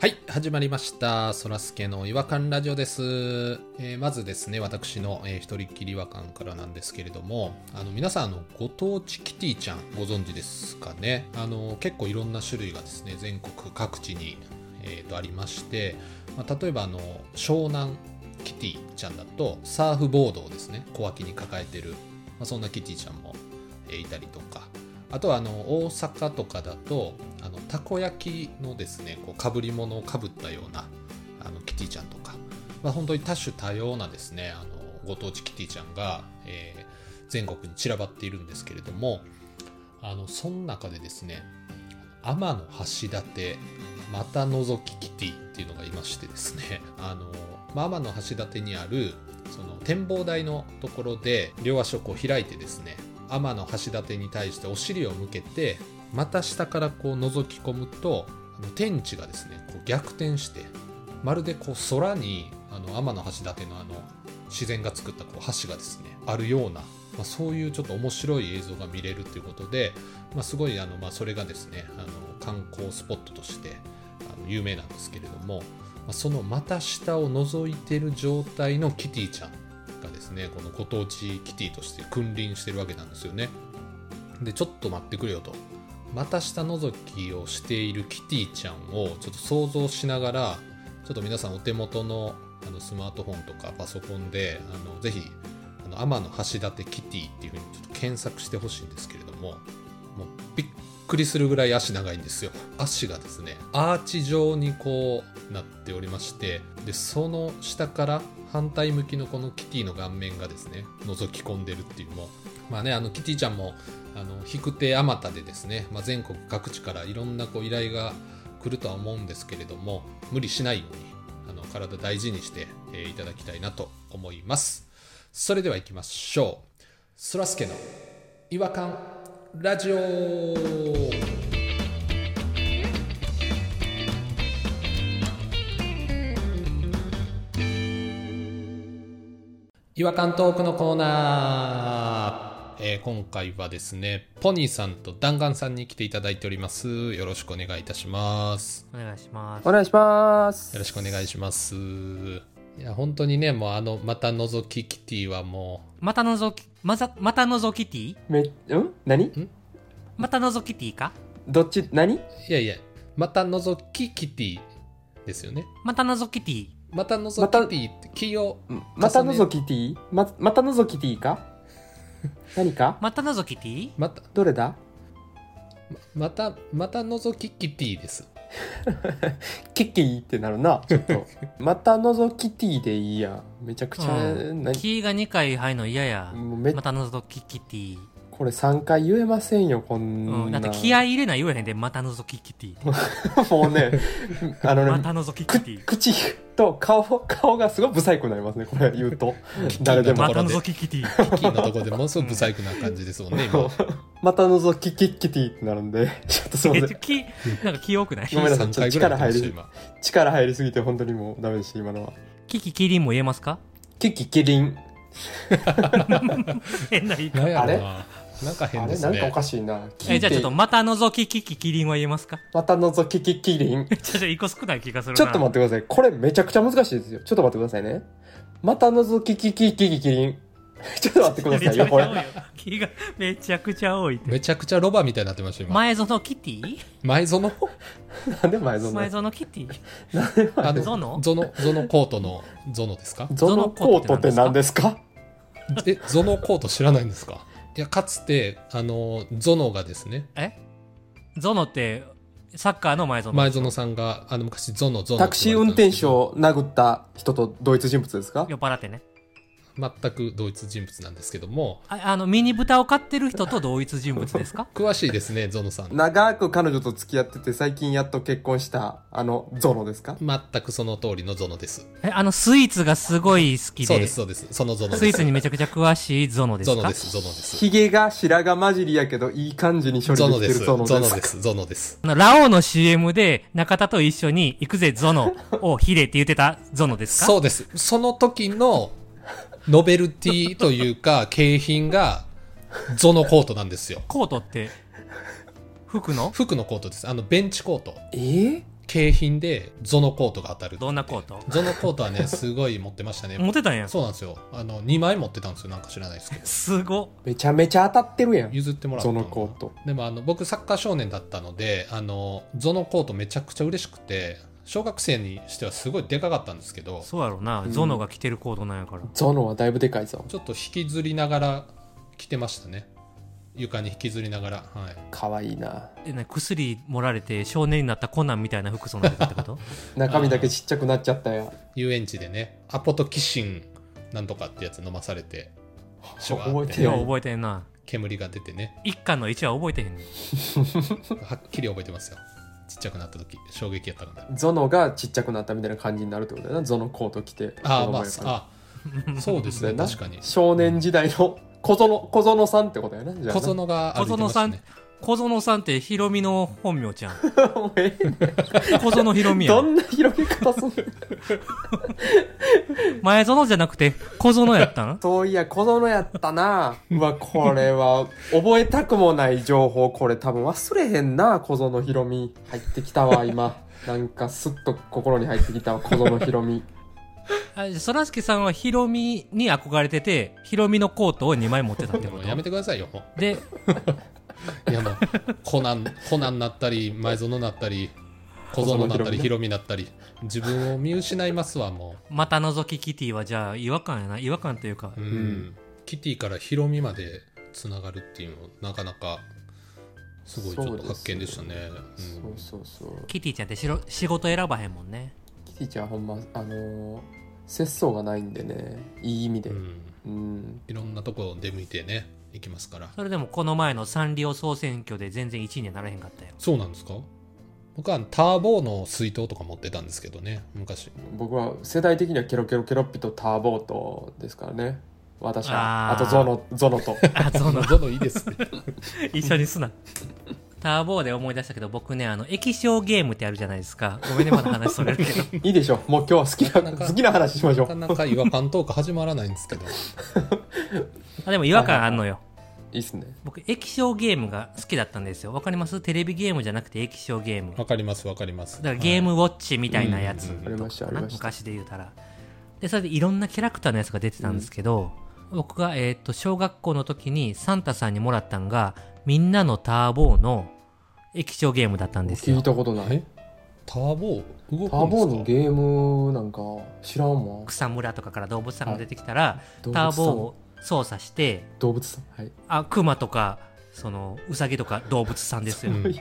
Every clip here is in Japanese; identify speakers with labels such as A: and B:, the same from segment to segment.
A: はい、始まりました。そらすけの違和感ラジオです。えーまずですね、私の、えー一人っきり違和感からなんですけれども、あの、皆さん、あの、ご当地キティちゃん、ご存知ですかね。あの、結構いろんな種類がですね、全国各地に、えーと、ありまして、まあ、例えば、あの、湘南キティちゃんだと、サーフボードをですね、小脇に抱えてる、まあ、そんなキティちゃんも、えーいたりとか、あとはあの大阪とかだとあのたこ焼きのですねこうかぶり物をかぶったようなあのキティちゃんとか、まあ、本当に多種多様なですねあのご当地キティちゃんが、えー全国に散らばっているんですけれどもあのその中でですね天の橋立また覗きキティっていうのがいましてですねあの、まあ、天の橋立にあるその展望台のところで両足をこう開いてですね天の橋立に対してお尻を向けてまた下からこう覗き込むとあの天地がですねこう逆転してまるでこう空にあの天の橋立のあの自然が作ったこう橋がですねあるような、まあ、そういうちょっと面白い映像が見れるということで、まあ、すごいあの、まあ、それがですねあの観光スポットとしてあの有名なんですけれども、まあ、そのまた下を覗いてる状態のキティちゃんがですねこのご当地キティとして君臨してるわけなんですよねでちょっと待ってくれよとまた下覗きをしているキティちゃんをちょっと想像しながらちょっと皆さんお手元のあのスマートフォンとかパソコンであのぜひ「あの天の橋立キティ」っていうふうにちょっと検索してほしいんですけれどももうびっくりするぐらい足長いんですよ足がですねアーチ状にこうなっておりましてでその下から反対向きのこのキティの顔面がですね覗き込んでるっていうもうまあねあのキティちゃんもあの引く手あまたでですね、まあ、全国各地からいろんなこう依頼が来るとは思うんですけれども無理しないようにあの体大事にして、えーいただきたいなと思いますそれでは行きましょうそらすけの違和感ラジオ違和感トークのコーナー、えー今回はですねポニーさんと弾丸さんに来ていただいておりますよろしくお願いいたします
B: お願いします。
C: お願いします。
A: よろしくお願い
C: し
A: します。いや、本当にね、もうあの、また覗きキティはも
B: またのぞき、まざ、またのぞきティ
C: ます。め、うん何
B: またのぞきティか
C: どっち、何
A: う、いやいや、また覗きキティですよね。
B: またのぞきティ
A: また覗きキティって、企業、
C: またのぞきティま、またのぞきテ ィか何か
B: またのぞきティ
A: また、
C: どれだ
A: また、また覗きキティです。
C: キッキーってなるな、ちょっ と。またのぞきティでいいやん。めちゃくちゃ、
B: うん
C: 何
B: キーが2回入るの嫌や。
C: もうめ
B: またのぞきティ
C: これ3回言えませんよ、こんな。
B: うん。だって気合い入れない言えへんで、またのぞきティ
C: も うね、あの
B: ま
C: ね、
B: たのぞき
C: く
B: ティ
C: 口と顔、顔がすごい不細工になりますね、これ言うと。誰でも
B: ま。たのぞきティ
A: キティのところでものすごく不細工な感じですもんね、今。
C: またのぞきキッキティってなるんで、ちょっとすいません。
B: き、なんか気多くない
C: ごめんなさい
A: 3回ぐらいやってましたよ今。
C: 力入りすぎて本当にもうダメでした今のは
B: キキキリンも言えますか
C: キキキリン
B: 変な言い方
A: なんやろ
C: あれ
A: な。なんか変
C: あ
A: で
C: れ
A: す
C: なんかお
A: ね。
C: かしいな聞
B: え、
C: い
B: じゃあちょってと、またのぞきキキキリンは言えますか
C: またのぞきキキリン
B: ちょっと一個少ない気がするな。
C: ちょっと待ってくださいこれめちゃくちゃ難しいですよちょっと待ってくださいねまたのぞきキキキキキリン ちょっと待ってくださいよこ
B: めちゃくちゃ多い
C: れ
B: よ。キがめちゃくちゃ多いって。
A: めちゃくちゃロバみたいになってました、今。
B: 前園キティ
A: 前園
C: なんで前園
B: 前園キティ
A: あの、
B: ゾノ
A: ゾノ、ゾノコートのゾノです か
C: ゾノコートって何ですか
A: え、ゾノコート知らないんですかいや、かつて、あの、ゾノがですね、
B: えゾノってサッカーの前園
A: 前園さんが、あの、昔、ゾノ、ゾノ。
C: タクシー運転手。を殴った人と同一人物ですか
B: 酔っ払ってね
A: 全く同一人物なんですけども、
B: ああのミニ豚を飼ってる人と同一人物ですか
A: 詳しいですね、ゾノさん。
C: 長く彼女と付き合ってて最近やっと結婚したあのゾノですか
A: 全くその通りのゾノです。
B: えあのスイーツがすごい好きで
A: そうです、そうです。そのゾノです。
B: スイーツにめちゃくちゃ詳しいゾノです
A: ゾ
B: か
A: ノです、ゾノです。
C: ヒゲが白髪混じりやけどいい感じに処
A: ゾ
C: 理
A: ノ
C: で
A: で
C: きて
A: す、
C: る
A: ゾ
C: ゾ
A: ノ
C: ノ
A: で
C: です
A: す、ゾノです。
B: あのラオウの CM で中田と一緒に行くぜゾノをヒレって言ってたゾノですか
A: そうです。その時の、ノベルティという か、景品が、ゾノコートなんですよ。
B: コートって服の
A: 服のコートです。あの、ベンチコート。
C: えー
A: 景品でゾノコートが当たる
B: どんなコート
A: ゾノコートはねすごい持ってましたね
B: 持ってたんや。
A: そうなんですよあの2枚持ってたんですよなんか知らないですけど
B: すご。
C: めちゃめちゃ当たってるやん。
A: 譲ってもらった
C: ゾ
A: の
C: ノコート。
A: でもあの僕サッカー少年だったのであのゾノコートめちゃくちゃ嬉しくて小学生にしてはすごいでかかったんですけど
B: そうやろな。
C: うん
B: ゾノが着てるコートなんやから。
C: ゾノはだいぶでかいぞ。
A: ちょっと引きずりながら着てましたね床に引きずりながらはい
C: かわいいな。
B: え、な、薬盛られて少年になったコナンみたいな服装になってたってこと
C: 中身だけちっちゃくなっちゃったや。
A: 遊園地でねアポトキシンなんとかってやつ飲まされてシュワーっ
C: 覚え
B: い
C: て
A: て
B: や、
C: ない
B: 覚えてんな。
A: 煙が出てね
B: 一巻の一話覚えてへんねん。
A: はっきり覚えてますよちっちゃくなった時衝撃やったので
C: ゾノがちっちゃくなったみたいな感じになるってことだな。ゾノコート着て。
A: ああ
C: 子供
A: まあ
C: やから
A: あそうですね
C: だな
A: 確かに
C: 少年時代の小園、小園さんってことやな。じゃあ
A: 小
C: な
A: 園が歩いてましたね
B: 小園さんってヒロミの本名ちゃん。
C: お前
B: 小園ヒ ロミや
C: ど
B: ん。
C: んな広げ方すんの
B: 前園じゃなくて小園やったん
C: そういや、小園やったな。うわ、これは、覚えたくもない情報、これ多分忘れへんな、小園ひろみ。入ってきたわ、今。なんか、すっと心に入ってきたわ、小園ひろ み。
B: あそらすけさんはヒロミに憧れてて、ヒロミのコートを2枚持ってたって
A: で
B: こ
A: も
B: と
A: やめてくださいよも
B: で、
A: ういやもうコナンコナンなったり前園なったり小園なったりヒ
C: ヒ
A: ロミなったり自分を見失いますわも
B: また覗きキティはじゃあ違和感やな。違和感というか
A: う、う、ん
C: ん
A: キティからヒロミまでつながるっていうのなかなかすごいちょっと発見でしたね
C: そううんそうそう。
B: キティちゃんってしろ仕事選ばへんもんね。
C: キティちゃん、ほんま、あのー、節操がないんでね、いい意味で。
A: う
C: うん。
A: んいろんなとこ出向いてね行きますから
B: それでもこの前のサンリオ総選挙で全然1位にはならへんかっ たよ。
A: そうなんですか僕はターボーの水筒とか持ってたんですけどね昔
C: 僕は世代的にはケロケロケロッピとターボートですからね。私は。
B: あ
C: あ
B: ー
C: と、ゾノ、ゾ ノと。
B: あ、その、
A: どのいいですね
B: 一緒にすな。ターボーで思い出したけど、僕ね、あの、液晶ゲームってあるじゃないですか。ごめんね、まだ話それるけど。
C: いいでしょ。もう今日は好き
A: な
C: な、
A: かなか
C: 好きな話しましょ
A: な
C: う
A: か。なか違和感トーク始まらないんですけど
B: あでも違和感あんのよ。
C: いいっすね。
B: 僕、液晶ゲームが好きだったんですよ。わかりますテレビゲームじゃなくて液晶ゲーム。だ
A: わかりますわかります
B: からゲームウォッチみたいなやつ
A: うんうんうん
C: ありました、あり
B: な
C: ました。
B: 昔で言うたら。で、それでいろんなキャラクターのやつが出てたんですけど、僕が、えっ、と、小学校の時にサンタさんにもらったんが、みんなのターボーの液晶ゲームだったんです
C: 聞
B: よ
C: い。たことない
A: えターボー動くんですか
C: ターボーのゲームなんか知らんわ
B: 草むらとかから動物さんが出てきたら、
C: 動物
B: タ
C: さん
B: ーボを操作して
C: 動物さんはい
B: あクマとかそのウサギとか動物さんですよ、
A: うん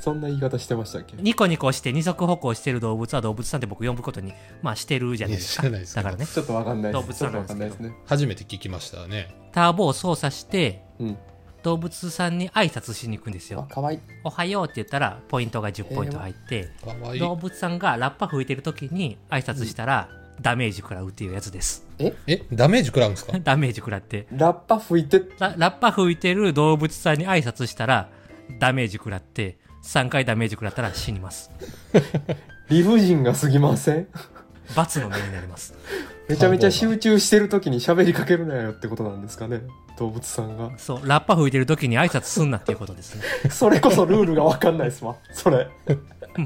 C: そんな言い方してましたっけ
B: ニコニコして二足歩行してる動物は動物さんって僕呼ぶことにまあしてるじゃないですか
A: いや知らないですけど
B: だからね
C: ちょっとわかんないです
B: 動物さんなんですけど
C: ちょっとわかんないで
A: 初めて聞きましたね
B: ターボを操作して
C: すね
B: 動物さんに挨拶しに行くんです
C: うんあ
B: よ
C: 可愛い
B: 「おはよう」って言ったらポイントが10ポイント入って、
A: かわいい
B: 動物さんがラッパ吹いてる時に挨拶したら、ダメージ食らうっていうやつです。
A: えダメージ食らうんですか
B: ダメージ食らって。
C: ラッパ吹いて
B: ララッパ吹いてる動物さんに挨拶したら、ダメージ食らって、3回ダメージ食らったら死にます。
C: 理不尽が過ぎません
B: 罰の目になります。
C: めちゃめちゃ集中してる時に喋りかけるなよってことなんですかね動物さんが
B: そう、ラッパ吹いてる時に挨拶すんなっていうことですね。
C: それこそルールがわかんないですわそれ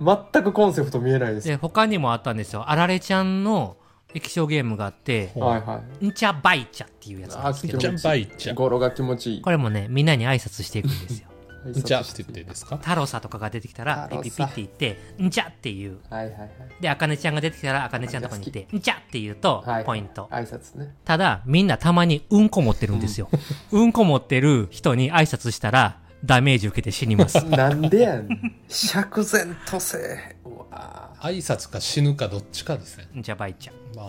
C: 全くコンセプト見えないです
B: で、他にもあったんですよ。あられちゃんの液晶ゲームがあって、
A: ほう
C: はいは
B: んちゃばいちゃっていうやつなんですけ
C: あ
A: ジ
C: 聞い
B: ど
C: て、
A: ャンバイちゃ
C: い
A: ん
C: 語呂が気持ちいい
B: これもね、みんなに挨拶していくんですよ。
C: 挨拶
A: じゃって言ってですか
B: タロサとかが出てきたら、
C: タ
B: ピ
C: ロ
B: ピピ
C: サ
B: って言って、んちゃっていう。
C: はいはいはい
B: で、あかねちゃんが出てきたら、あかねちゃんのとこに行って、んちゃって言うと
C: はい、
B: ポイント。
C: 挨拶ね
B: ただ、みんなたまにうんこ持ってるん ですよ。うんこ持ってる人に挨拶したら、ダメージ受けて死にます。
C: なんでやねん釈然とせえうわ
A: 挨拶か死ぬかどっちかですね
B: んちゃばいちゃん。
A: ま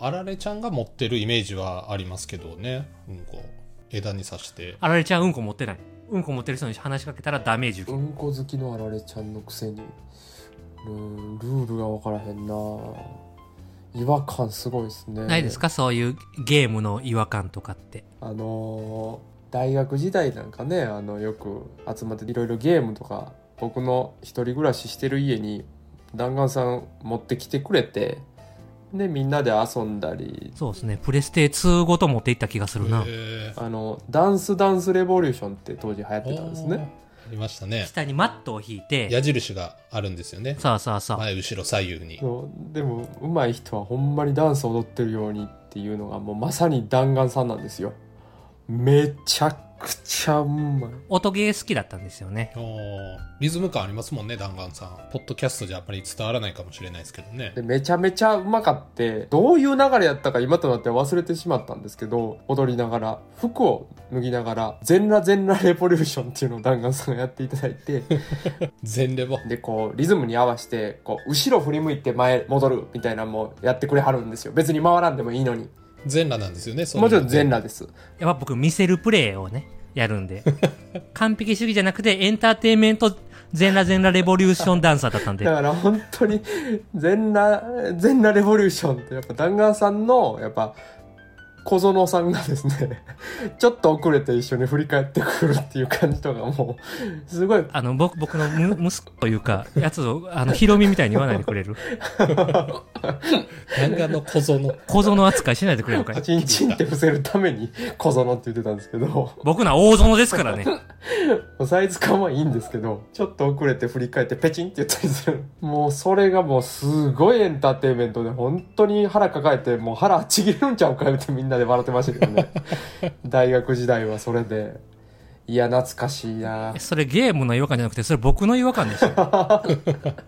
A: ああられちゃんが持ってるイメージはありますけどねうんこ枝に刺して
B: あられちゃんうんこ持ってない。うんこ持ってる人に話しかけたらダメージ受
C: う
B: ける。
C: んこ好きのあられちゃんのくせにルールールが分からへんな違和感すごいですね
B: ないですかそういうゲームの違和感とかって。
C: あのー大学時代なんかねあのよく集まっていろいろゲームとか僕の一人暮らししてる家に弾丸さん持ってきてくれてでみんなで遊んだり
B: そうですね。プレステ2ごと持っていった気がするな。
A: へえ
C: あのダンスダンスレボリューションって当時流行ってたんですね
A: ありましたね。
B: 下にマットを引いて、
A: 矢印があるんですよね。
B: そうそうそう。
A: 前、後ろ、左右に。
C: そうでも上手い人はほんまにダンス踊ってるようにっていうのがもうまさに弾丸さんなんですよめちゃくちゃうまい
B: 音ゲー好きだったんですよね。
A: おーリズム感ありますもんね、弾丸さん。ポッドキャストじゃあんまり伝わらないかもしれないですけどね
C: で。めちゃめちゃうまかってどういう流れやったか今となっては忘れてしまったんですけど踊りながら服を脱ぎながら「全裸全裸レボリューション」っていうのを弾丸さんがやっていただ いて
A: 全レボ。
C: でこうリズムに合わせてこう後ろ振り向いて前戻るみたいなのもやってくれはるんですよ別に回らんでもいいのに
A: 全裸なんですよね、その
C: もちろん全裸です
B: やっぱ僕見せるプレイをね、やるんで。完璧主義じゃなくてエンターテインメント全裸全裸レボリューションダンサーだったんで
C: だ。から本当に全裸全裸レボリューションってやっぱ弾丸さんのやっぱ小園さんがですねちょっと遅れて一緒に振り返ってくるっていう感じとかもうすごい
B: あの、僕、僕のむ息子というか、やつを、あの、ヒロミみたいに言わないでくれる。
A: 弾丸の小 僧の。
B: 小園扱いしないでくれるかい
C: チンチンって伏せるために小園って言ってたんですけど
B: 僕のは大園ですからね。
C: サイズ感はいいんですけどちょっと遅れて振り返ってペチンって言ったりするもうそれがもうすごいエンターテインメントで本当に腹抱えてもう腹ちぎれるんちゃうか言ってみんなで笑ってましたけど ね大学時代はそれでいや懐かしいな
B: それゲームの違和感じゃなくて、それ僕の違和感でした。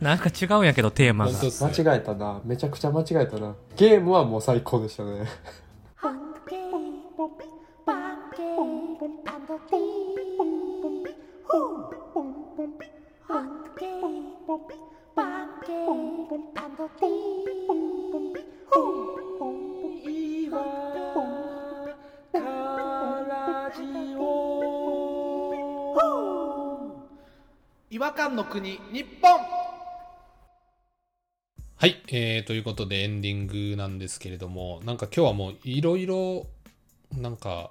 B: なんか違うんやけど、テーマ
A: 本
B: が。
A: 当っすね
C: 間違えたなめちゃくちゃ間違えたなゲームはもう最高でしたね
D: Hunky,
E: 違和感の国日本
A: はい、えー、ということでエンディングなんですけれども、なんか今日はもういろいろ、なんか、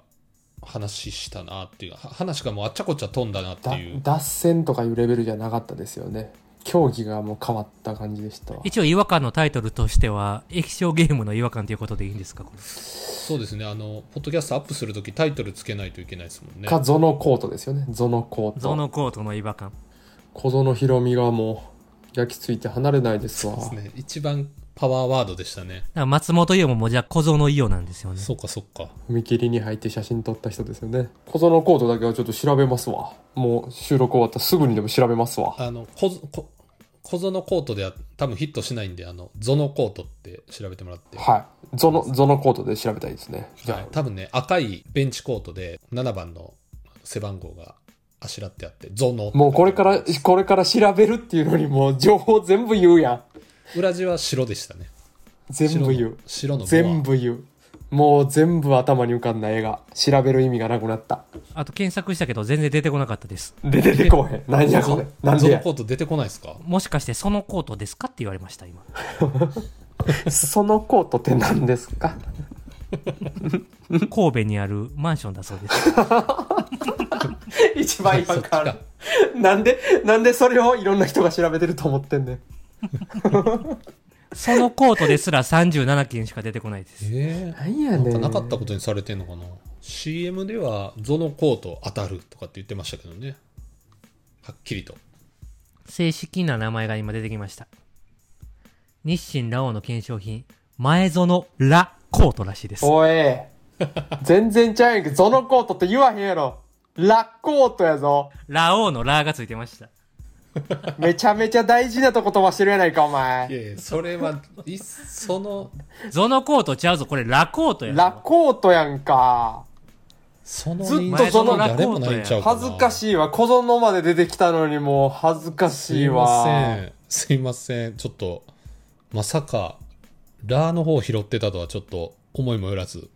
A: 話したなっていう、は話がもうあっちゃこっちゃ飛んだなって
C: だ
A: いう。
C: 脱線とかいうレベルじゃなかったですよね競技がもう変わった感じでしたわ
B: 一応違和感のタイトルとしては、液晶ゲームの違和感ということでいいんですかこれ
A: そうですね、あの、ポッドキャストアップするときタイトルつけないといけないですもんね。
C: かゾノコートですよねゾノコート
B: ゾノコートの違和感。
C: 小園ひろみがもう焼き付いて離れないですわ
A: そうですね、一番パワーワードでしたね。
B: だから松本伊代ももうじゃあ小園伊代なんですよね。
A: そうか、そうか。
C: 踏切に入って写真撮った人ですよね小園コートだけはちょっと調べますわもう収録終わったらすぐにでも調べますわ
A: あの、ここ小園コートでは多分ヒットしないんで、あの、ゾノコートって調べてもらって。
C: はいゾノゾノコートで調べたいですねじゃあ、
A: はい多分ね、赤いベンチコートで7番の背番号があしらってあって、ゾノ。
C: もうこれからこれから調べるっていうのにもう情報全部言うやん
A: 裏地は白でしたね。
C: 全部言う
A: 白の白のボア
C: 全部言うもう全部頭に浮かんだ映画調べる意味がなくなった
B: あと検索したけど全然出てこなかったです。
C: で出てこ へん何やこれ
A: ゾ
C: なんで
A: ゾノ
C: や
A: コート出てこないですか
B: もしかしてそのコートですかって言われました、今。
C: そのコートって何ですか
B: 神戸にあるマンションだそう です。
C: 一番違和感あ
A: そっ
C: る。 なんで、なんでそれをいろんな人が調べてると思ってんねん。
B: そのコートですら37件しか出てこないです。
A: ええ
C: なんや
A: なん
C: ね
A: か
C: ん。
A: なかったことにされてんのかな ?CM ではゾノコート当たるとかって言ってましたけどね。はっきりと。
B: 正式な名前が今出てきました。日清ラオウの検証品、前園ラコートらしいです。
C: おい。全然ちゃうやんけ。ゾノコートって言わへんやろ。ラッコートやぞ。
B: ラオウのラーがついてました。
C: めちゃめちゃ大事なとこ飛ばしてるやないか、お
A: い
C: 前。
A: やいや、それは、い その、
B: ゾノコートちゃうぞ、これラコートや
C: ラ
B: ぞ。
C: コートやんか。
A: その
C: ずっと
A: 認識
C: ゾノ
A: 誰もないんちゃうかな
C: 恥ずかしいわ。小園まで出てきたのにもう恥ずかしい
A: す
C: わ。
A: いません。すいません。ちょっと、まさか、ラーの方を拾ってたとはちょっと思いもよらず。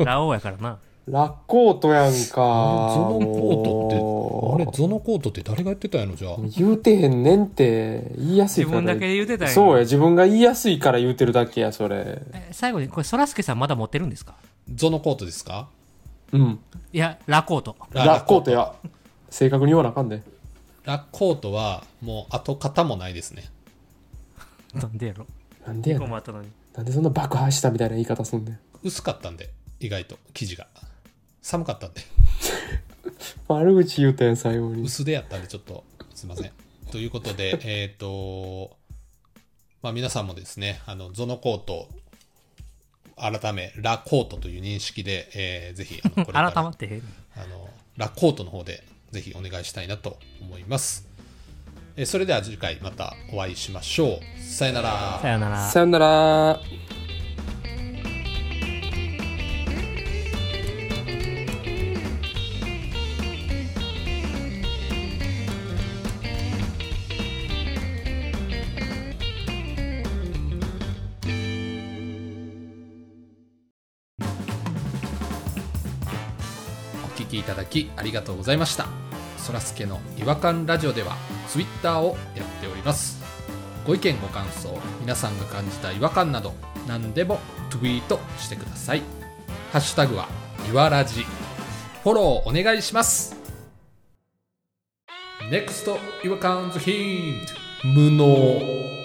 B: ラオウやからな。
C: ラッコートやんか。
A: ゾノコートって、あ
C: も
A: れ、ゾノコートって誰がやってたんやろ、じゃあ。
C: う言うてへんねんって、言いやすい
B: 自
C: から
B: 分だけで言うてたんや
C: そうや、自分が言いやすいから言うてるだけや、それ。
B: え最後に、これ、そらすけさんまだ持ってるんですか
A: ゾノコートですか
C: うん。
B: いや、ラコート。
C: ラッコートや。正確に言わなあかんで。
A: ラッコートは、もう跡形もないですね。
B: なんでやろ。
C: なんでやねん。
B: 困ったの に。
C: なんでそんな爆破したみたいな言い方すんねん。
A: 薄かったんで、意外と、生地が。寒かったんで。
C: 悪口言うたやん最後に
A: 薄手やったんでちょっとすいません。ということで、えっ、と、まあ皆さんもですね、あの、ゾノコート、改め、ラコートという認識で、えーぜひ、あの、これから
B: 改まって。
A: あの、ラコートの方で、ぜひお願いしたいなと思います。えーそれでは次回またお会いしましょう。さよなら
B: さ。よなら。
C: さよなら
A: お聞きいただきありがとうございましたそらすけの違和感ラジオではツイッターをやっておりますご意見ご感想皆さんが感じた違和感など何でもツイートしてくださいハッシュタグはいわらじフォローお願いします NEXT 違和感ズヒント無能